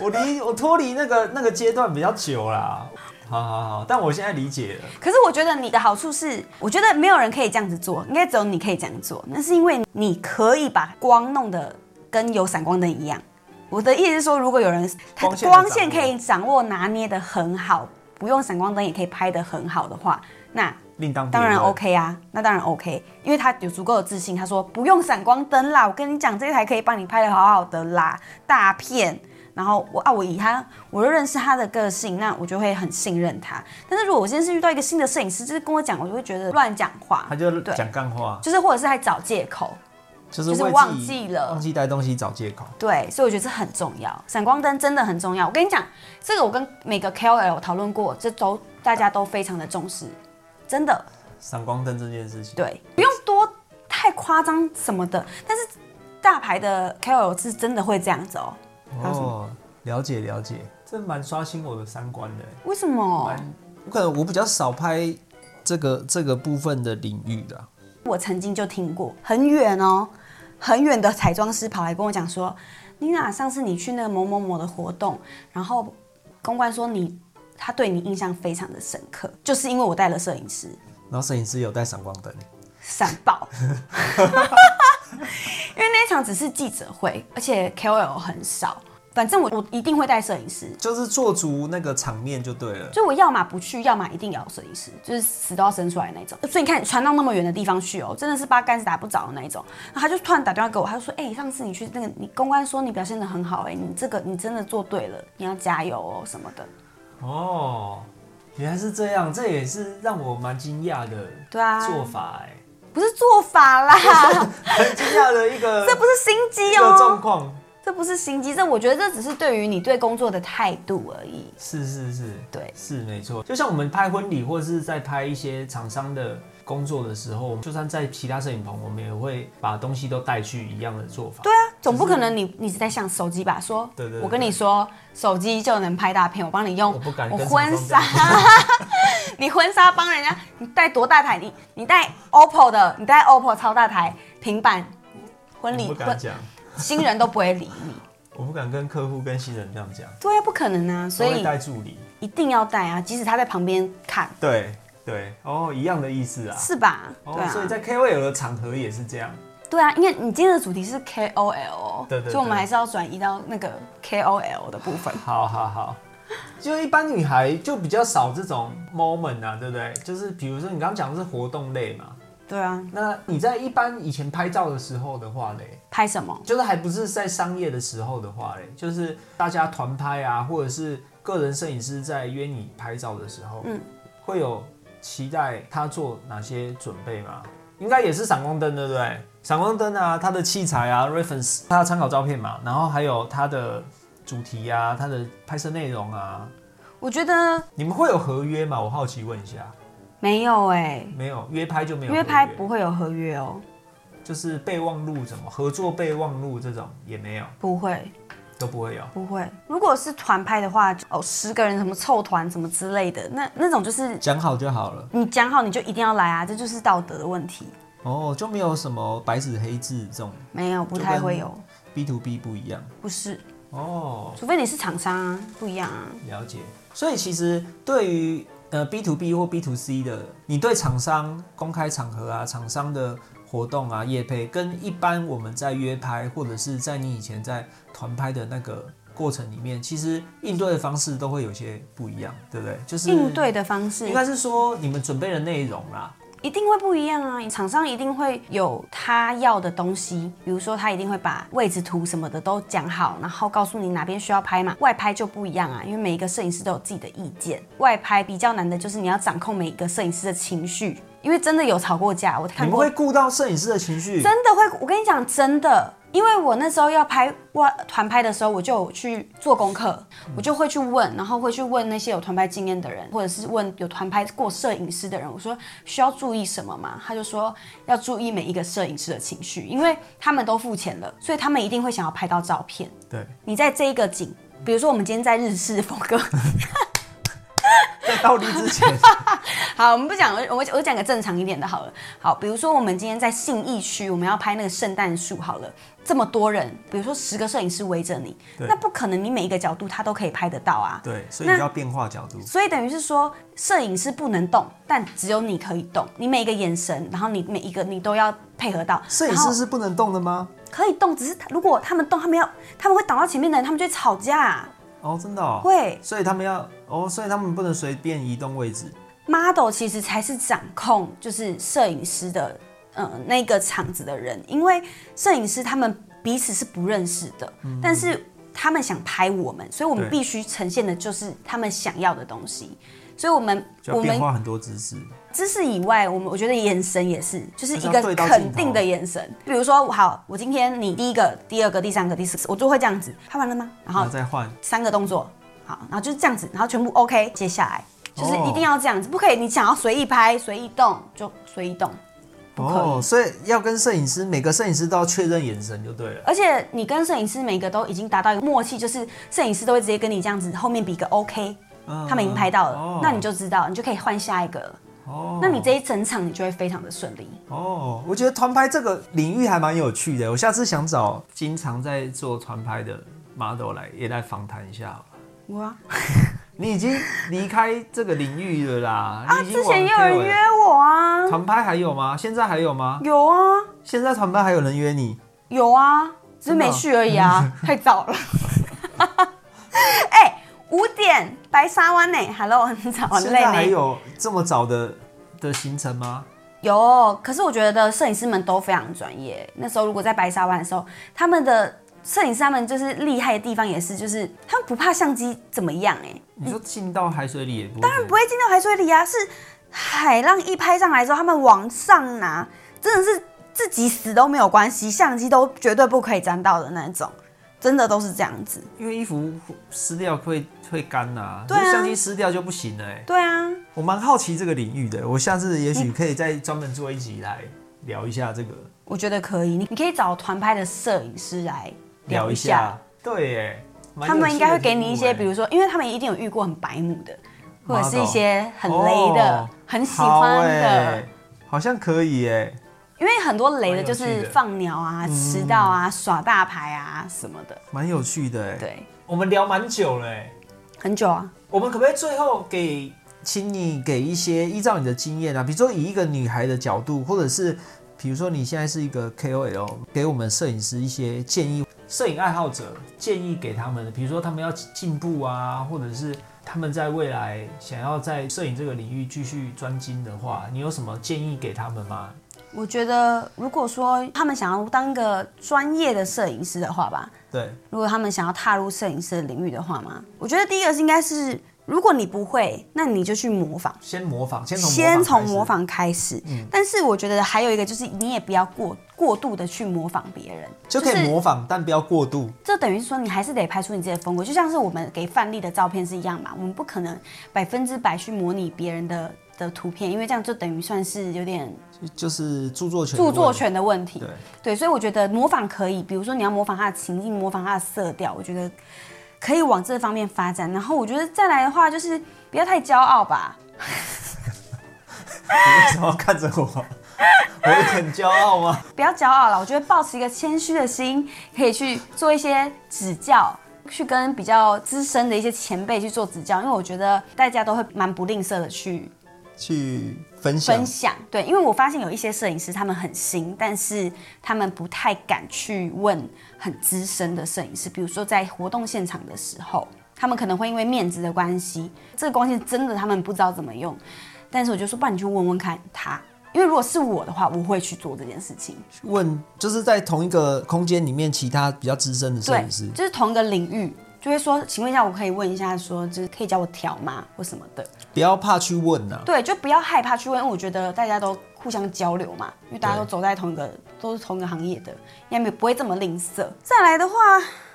我离我脱离那个那个阶段比较久啦。好好好，但我现在理解了，
可是我觉得你的好处是，我觉得没有人可以这样子做，应该只有你可以这样做。那是因为你可以把光弄得跟有闪光灯一样。我的意思是说，如果有人他
光线的掌握
光线可以掌握拿捏的很好，不用闪光灯也可以拍得很好的话，那
另当别
当然
论
OK 啊，那当然 OK，因为他有足够的自信，他说不用闪光灯啦，我跟你讲，这台可以帮你拍的好好的啦，大片。然后我啊，我以他，我就认识他的个性，那我就会很信任他。但是如果我今天是遇到一个新的摄影师，就是跟我讲，我就会觉得乱讲话
他，就
对
讲干话，
就是或者是还找借口，
就是
就
为自
是
己
忘记了
忘记带东西找借口。
对，所以我觉得这很重要，闪光灯真的很重要。我跟你讲，这个我跟每个 KOL 讨论过，这都大家都非常的重视，真的。
闪光灯这件事情，
对，不用多太夸张什么的，但是大牌的 KOL 是真的会这样子哦。还有什
哦，了解了解，这蛮刷新我的三观的。
为什么？
我可能我比较少拍这个这个部分的领域的，
我曾经就听过，很远哦，很远的彩妆师跑来跟我讲说，妮娜，上次你去那个某某某的活动，然后公关说你。他对你印象非常的深刻，就是因为我带了摄影师，
然后摄影师有带闪光灯，
闪爆。 因为那一场只是记者会，而且 KOL 很少，反正我我一定会带摄影师，
就是做足那个场面就对了。
就我要么不去，要么一定要有摄影师，就是死都要生出来那种。所以你看，传到那么远的地方去哦，真的是八竿子打不着的那一种。然后他就突然打电话给我，他就说：“哎、上次你去那个，你公关说你表现的很好、哎，你这个你真的做对了，你要加油哦什么的。
哦，原来是这样，这也是让我蛮惊讶的”
对啊，
做法 哎、
不是做法啦，
很惊讶的一个
这不是心
一
机
个状
哦，
况，
这不是心机，这我觉得这只是对于你对工作的态度而已。
是是是，
对
是没错。就像我们拍婚礼或者是在拍一些厂商的工作的时候，就算在其他摄影棚，我们也会把东西都带去一样的做法。对啊，
总不可能你你只在想手机吧？说，
对对对
我跟你说，手机就能拍大片，我帮你用，
我不敢跟
婚纱
厂商，
你婚纱帮人家，你带多大台？你你带 OPPO 的，你带 OPPO 超大台平板，婚礼
我不敢讲，
新人都不会理你，
我不敢跟客户跟新人这样讲，
对啊，不可能啊，所
都会
以
带助理。
一定要带啊，即使他在旁边看，
对对，哦，一样的意思啊。
是吧？对
哦，
啊
所以，在 KOL 的场合也是这样。
对啊，因为你今天的主题是 KOL，哦
对对对
所以我们还是要转移到那个 KOL 的部分。
好好好，就一般女孩就比较少这种 moment 啊，对不对？就是比如说你刚刚讲的是活动类嘛，
对啊，
那你在一般以前拍照的时候的话嘞，
拍什么？
就是还不是在商业的时候的话嘞，就是大家团拍啊，或者是个人摄影师在约你拍照的时候，嗯，会有期待他做哪些准备吗？应该也是闪光灯，对不对？闪光灯啊，它的器材啊，reference，它的参考照片嘛，然后还有它的主题啊，它的拍摄内容啊，
我觉得
你们会有合约吗？我好奇问一下，
没有哎、
没有约拍就没有合
约拍不会有合约哦，
就是备忘录什么合作备忘录这种也没有，
不会。
都不会有。
不会，如果是团拍的话，哦，十个人什么凑团什么之类的，那那种就是
讲好就好了
你讲好你就一定要来啊，这就是道德的问题。
哦，就没有什么白纸黑字这种
没有，不太会有，
B to B 不一样
不是，
哦，
除非你是厂商啊，不一样啊。
了解。所以其实对于呃 B to B 或 B to C 的，你对厂商公开场合啊、厂商的活动啊、业配，跟一般我们在约拍或者是在你以前在团拍的那个过程里面，其实应对的方式都会有些不一样，对不对？就是
应嗯对的方式
应该是说你们准备的内容啊啦，
一定会不一样啊，厂商一定会有他要的东西，比如说他一定会把位置图什么的都讲好，然后告诉你哪边需要拍嘛。外拍就不一样啊，因为每一个摄影师都有自己的意见。外拍比较难的就是你要掌控每一个摄影师的情绪，因为真的有吵过架，我
你
看
们
过
会顾到摄影师的情绪，
真的会，我跟你讲，真的，因为我那时候要拍哇团拍的时候，我就有去做功课，我就会去问，然后会去问那些有团拍经验的人，或者是问有团拍过摄影师的人，我说需要注意什么吗？他就说要注意每一个摄影师的情绪，因为他们都付钱了，所以他们一定会想要拍到照片。
对，
你在这一个景，比如说我们今天在日式风格，
在倒立之前，
好，我们不讲，我我我讲个正常一点的好了。好，比如说我们今天在信义区，我们要拍那个圣诞树，好了，这么多人，比如说十个摄影师围着你，
对
那不可能你每一个角度他都可以拍得到啊。
对，所以你要变化角度。
所以等于是说，摄影师不能动，但只有你可以动。你每一个眼神，然后你每一个你都要配合到。
摄影
然后
师是不能动的吗？
可以动，只是他如果他们动，他们要他们会挡到前面的人，他们就会吵架。
哦，真的、哦。
会
所以他们要哦，所以他们不能随便移动位置。
model 其实才是掌控，就是摄影师的，呃，那个场子的人，因为摄影师他们彼此是不认识的，但是他们想拍我们，所以我们
嗯对
必须呈现的就是他们想要的东西。所以我们
就
我
要变
们
化很多姿势，
知识以外，我们我觉得眼神也是，就是
就
一
是要
个
对到
肯
镜头
定的眼神。比如说，好，我今天你第一个、第二个、第三个、第四个，我就会这样子。拍完了吗？然
然
后
后再换。
三个动作，好，然后就是这样子，然后全部 OK，接下来就是
哦
一定要这样子，不可以你想要随意拍、随意动就随意动，不可以。
哦，所以要跟摄影师，每个摄影师都要确认眼神就对了。
而且你跟摄影师每个都已经达到一个默契，就是摄影师都会直接跟你这样子，后面比个 OK，
嗯
他们已经拍到了，
哦
那你就知道，你就可以换下一个了。
哦，
那你这一整场你就会非常的顺利。
哦，我觉得团拍这个领域还蛮有趣的，我下次想找经常在做团拍的 model 来也来访谈一下好了。
哇，
你已经离开这个领域了啦，
啊，
你已
之
经往
前也有人
KOL
约我啊，
团拍还有吗？现在还有吗？
有啊，
现在团拍还有人约你？
有啊，只是没去而 已啊，太早了。 哎、五点白沙湾呢、h e l l o 很早很
现
累
在还
呢、
有这么早的的行程吗？
有，可是我觉得摄影师们都非常专业。那时候如果在白沙湾的时候，他们的摄影师他们就是厉害的地方也是，就是他们不怕相机怎么样哎、
你说进到海水里也不当然
不会进到海水里啊，是海浪一拍上来之后，他们往上拿，真的是自己死都没有关系，相机都绝对不可以沾到的那种，真的都是这样子。
因为衣服湿掉会会干呐、啊，
对啊
可是相机湿掉就不行了、欸。
对啊，
我蛮好奇这个领域的，我下次也
嗯
许可以再专门做一集来聊一下这个，
我觉得可以，你你可以找团拍的摄影师来聊一下，
对，哎，蛮有
他们应该会给你一
趣的题
些，
目欸
比如说，因为他们一定有遇过很白目的，或者是
Model
一些很雷的、
哦
很喜
好
欢的
欸，好像可以哎、
因为很多雷的就
蛮有
是
趣的嗯
放鸟啊、迟到啊、耍大牌啊什么的。
蛮有趣的哎、欸。
对，
我们聊蛮久了、欸，
很久啊，
我们可不可以最后给，请你给一些依照你的经验啊，比如说以一个女孩的角度，或者是比如说你现在是一个 KOL，给我们摄影师一些建议，摄影爱好者建议给他们的，比如说他们要进步啊，或者是他们在未来想要在摄影这个领域继续专精的话，你有什么建议给他们吗？
我觉得如果说他们想要当一个专业的摄影师的话吧，
对，
如果他们想要踏入摄影师的领域的话嘛，我觉得第一个是应该是，如果你不会，那你就去模仿。
先模仿，先从
先从
开始
模，仿开始。嗯但是我觉得还有一个就是，你也不要过过度的去模仿别人，
就可以
是
模仿，但不要过度。
这等于是说，你还是得拍出你自己的风格，就像是我们给范例的照片是一样嘛。我们不可能百分之百去模拟别人的的图片，因为这样就等于算是有点
就就是著作权，
著作，权的问题。
对，
对，所以我觉得模仿可以，比如说你要模仿他的情境，模仿他的色调，我觉得可以往这方面发展。然后我觉得再来的话，就是不要太骄傲吧。
你为什么要看着我？ 我有点骄傲啊吗？
不要骄傲了，我觉得保持一个谦虚的心，可以去做一些指教，去跟比较资深的一些前辈去做指教，因为我觉得大家都会蛮不吝啬的去
去分享
分享。对，因为我发现有一些摄影师他们很新，但是他们不太敢去问很资深的摄影师，比如说在活动现场的时候，他们可能会因为面子的关系，这个光线真的他们不知道怎么用，但是我就说，不然你去问问看他。因为如果是我的话，我会去做这件事情。
问，就是在同一个空间里面，其他比较资深的摄
对
影师，，
就是同一个领域，就会说，请问一下，我可以问一下说，就是可以教我调吗，或什么的？
不要怕去问呐、啊。
对，就不要害怕去问，因为我觉得大家都互相交流嘛，因为大家都走在同一个，都是同一个行业的，应该没有不会这么吝啬。再来的话，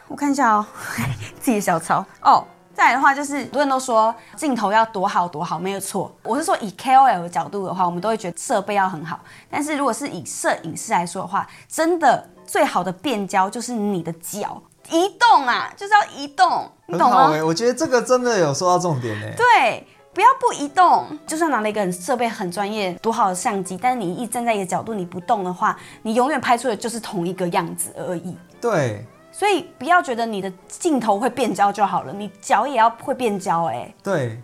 我看一下哦， 自己的小抄哦。再来的话，就是很多人都说镜头要多好多好，没有错。我是说以 KOL 的角度的话，我们都会觉得设备要很好，但是如果是以摄影师来说的话，真的最好的变焦就是你的脚移动啊，就是要移动，你
很
懂
好欸
吗
哎、？我觉得这个真的有说到重点哎、
对，不要不移动，就算拿了一个很设备很专业、多好的相机，但是你一站在一个角度你不动的话，你永远拍出的就是同一个样子而已。
对
所以不要觉得你的镜头会变焦就好了，你脚也要会变焦哎、
对，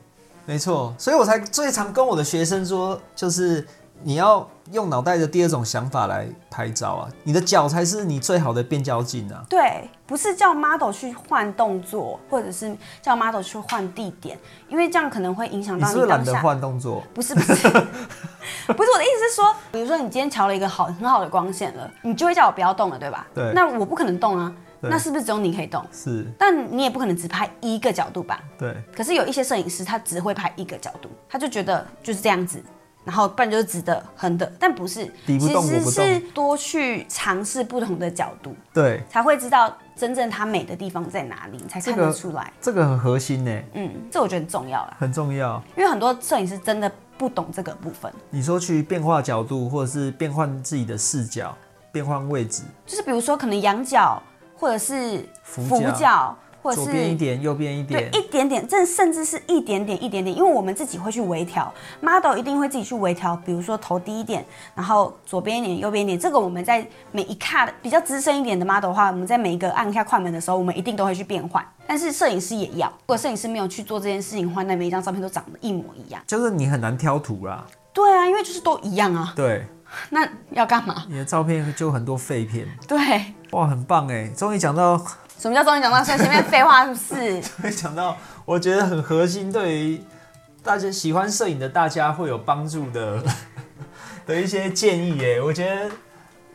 没错，所以我才最常跟我的学生说，就是你要用脑袋的第二种想法来拍照啊，你的脚才是你最好的变焦镜啊。
对，不是叫 model 去换动作，或者是叫 model 去换地点，因为这样可能会影响
你
到
是不是
当
懒得
下。
换动作？
不是 不是，不是我的意思是说，比如说你今天调了一个好很好的光线了，你就会叫我不要动了，对吧？
对
那我不可能动啊，
对
那是不是只有你可以动？
是，
但你也不可能只拍一个角度吧？
对，
可是有一些摄影师他只会拍一个角度，他就觉得就是这样子，然后不然就是直的、横的，但不是，
敌不动我
其
不
实
动
是多去尝试不同的角度，
对，
才会知道真正它美的地方在哪里，你才看
这
得
个
出来。
这个很核心呢、
嗯，这我觉得很重要啦，
很重要。
因为很多摄影师真的不懂这个部分。
你说去变化角度，或者是变换自己的视角，变换位置，
就是比如说可能仰角，或者是
俯
俯
角
角，或者
左
哦是
边一点，右边一
对
点，，
一点点，这甚至是一点点一点点，因为我们自己会去微调，model 一定会自己去微调，比如说头低一点，然后左边一点，右边一点，这个我们在每一卡的比较资深一点的 model 的话，我们在每一个按下快门的时候，我们一定都会去变换，但是摄影师也要，如果摄影师没有去做这件事情的话，那每一张照片都长得一模一样。
就是你很难挑图啦。
对啊，因为就是都一样啊，
对，
那要干嘛？
你的照片就很多废片，
对，
哇，很棒哎！终于讲到，
什么叫终于讲到？所以前面废话是不是？
终于讲到，我觉得很核心，对于大家喜欢摄影的大家会有帮助的的一些建议哎，我觉得。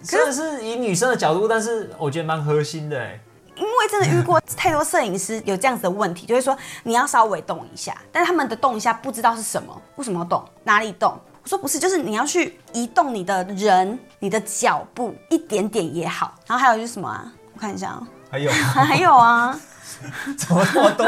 虽然是以女生的角度，但是我觉得蛮核心的哎。
因为真的遇过太多摄影师有这样子的问题，就会说你要稍微动一下，但是他们的动一下不知道是什么，为什么要动，哪里动？我说不是，就是你要去移动你的人，你的脚步一点点也好。然后还有就是什么啊？我看一下啊，
还有
还有啊，
怎么那么多？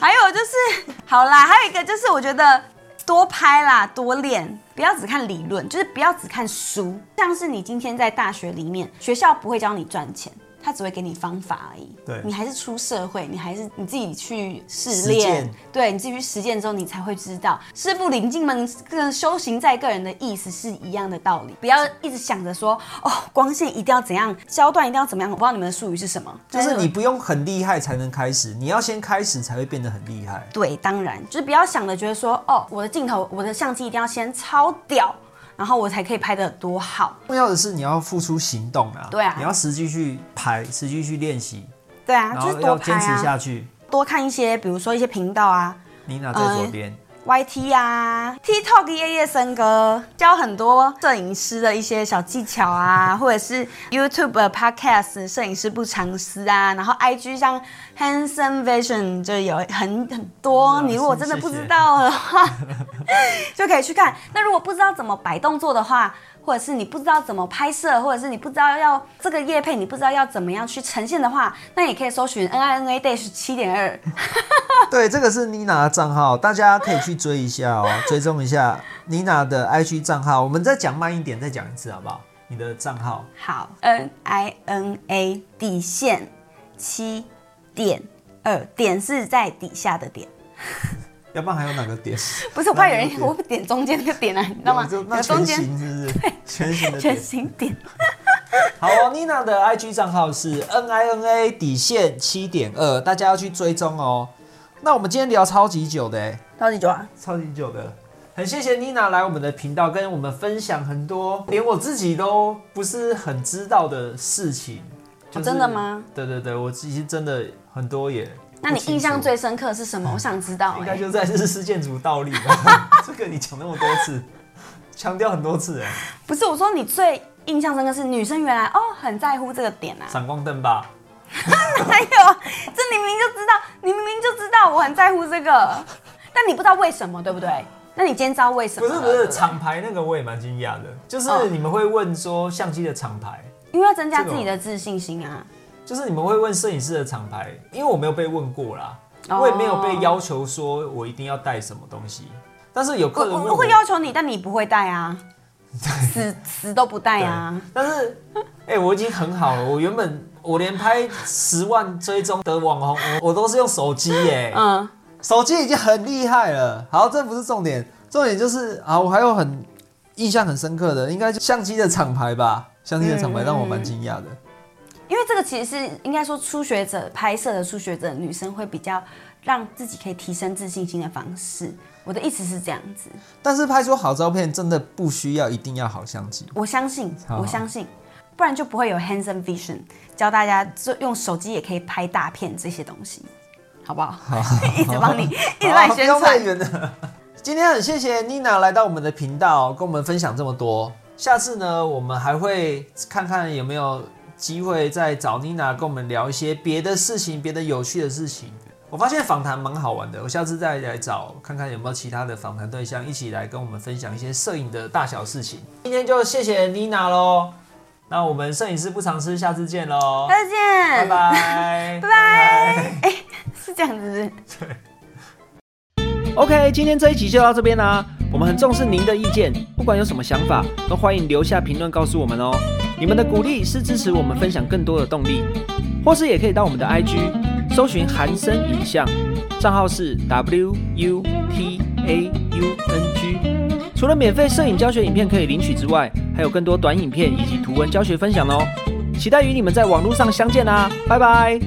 还有就是，好啦，还有一个就是我觉得多拍啦，多练，不要只看理论，就是不要只看书。像是你今天在大学里面，学校不会教你赚钱。他只会给你方法而已，
对
你还是出社会，你还是你自己去试
实
炼
践，
对你自己去实践之后，你才会知道师傅领进门，跟修行在个人的意思是一样的道理。不要一直想着说哦，光线一定要怎样，焦段一定要怎么样，我不知道你们的术语是什么，
就是你不用很厉害才能开始，你要先开始才会变得很厉害。
对，当然就是不要想着觉得说，哦，我的镜头、我的相机一定要先超屌，然后我才可以拍的多好。
重要的是你要付出行动啊，
对啊
你要实际去拍，实际去练习，
对啊，
然
就
后
是多
要坚
拍
持
啊，
下去。
多看一些，比如说一些频道啊
妮娜在左边，
，YT 啊，TikTok 夜夜笙歌，教很多摄影师的一些小技巧啊，或者是 YouTube 的 Podcast 摄影师不藏私啊，然后 IG 像 Handsome Vision 就有很很多，
嗯
你如果真的
谢
不知
谢
道的话。 就可以去看。那如果不知道怎么摆动作的话，或者是你不知道怎么拍摄，或者是你不知道要这个叶配，你不知道要怎么样去呈现的话，那也可以搜寻 N I N A dash 七点二。
对，这个是妮娜的账号，大家可以去追一下哦，追踪一下妮娜的 IG 账号。我们再讲慢一点，再讲一次好不好？你的账号
好，N I N A 底线七点二，点是在底下的点，
要不然还有哪个 点？
不是我怕有
哪
人
里有
我点中间那个点啊，你知道吗？
有这那
有中
全
间
形是 不是？全形的点
全。形点。
好哦，Nina 的 IG 账号是 NINA 底线七点二，大家要去追踪哦。那我们今天聊超级久的、欸，
到底多啊少？
超级久的，很谢谢 Nina 来我们的频道跟我们分享很多连我自己都不是很知道的事情。就是
哦真的吗？
对对对，我其实真的很多也不清楚。
那你印象最深刻是什么？我想知道、
应该
欸。
就在日式建筑倒立吧？ 这个你讲那么多次，强调很多次、欸，
不是我说你最印象深刻是女生原来哦很在乎这个点 啊。
闪光灯吧？
还有，这你明明就知道，你明明就知道我很在乎这个，但你不知道为什么，对不对？那你今天知道为什
不
么
是
了？
不是，
对对
厂牌那个我也蛮惊讶的，就是
哦
你们会问说相机的厂牌，
因为要增加自
哦
己的自信心啊。
就是你们会问摄影师的厂牌，因为我没有被问过啦，
哦
我也没有被要求说我一定要带什么东西，但是有
我
客人问
我我会要求你，但你不会 带啊，死死都不带
对
啊。
但是哎、我已经很好了，我原本我连拍十万追踪的网红，我我都是用手机耶、
嗯，
手机已经很厉害了。好，这不是重点，重点就是啊，我还有很印象很深刻的，应该就相机的厂牌吧，相机的厂牌
嗯
让我蛮惊讶的。
因为这个其实是应该说初学者拍摄的初学者女生会比较让自己可以提升自信心的方式。我的意思是这样子，
但是拍出好照片真的不需要一定要好相机，
我相信，
好
我相信，不然就不会有 handsome vision 教大家就用手机也可以拍大片这些东西，好不 好？一直帮你，一直帮你宣
好不要
传
太。远了。 今天很谢谢妮娜来到我们的频道，跟我们分享这么多。下次呢，我们还会看看有没有机会再找妮娜跟我们聊一些别的事情，别的有趣的事情。我发现访谈蛮好玩的，我下次再来找看看有没有其他的访谈对象一起来跟我们分享一些摄影的大小事情。今天就谢谢妮娜喽，那我们摄影师不常吃，下次见喽，
再
拜
见，
拜，
拜拜。哎、是这样子是不是
OK，今天这一集就到这边啦、啊我们很重视您的意见，不管有什么想法，都欢迎留下评论告诉我们哦。你们的鼓励是支持我们分享更多的动力，或是也可以到我们的 IG 搜寻韩生影像，账号是 W U T A U N G。除了免费摄影教学影片可以领取之外，还有更多短影片以及图文教学分享哦。期待与你们在网络上相见啦、拜拜。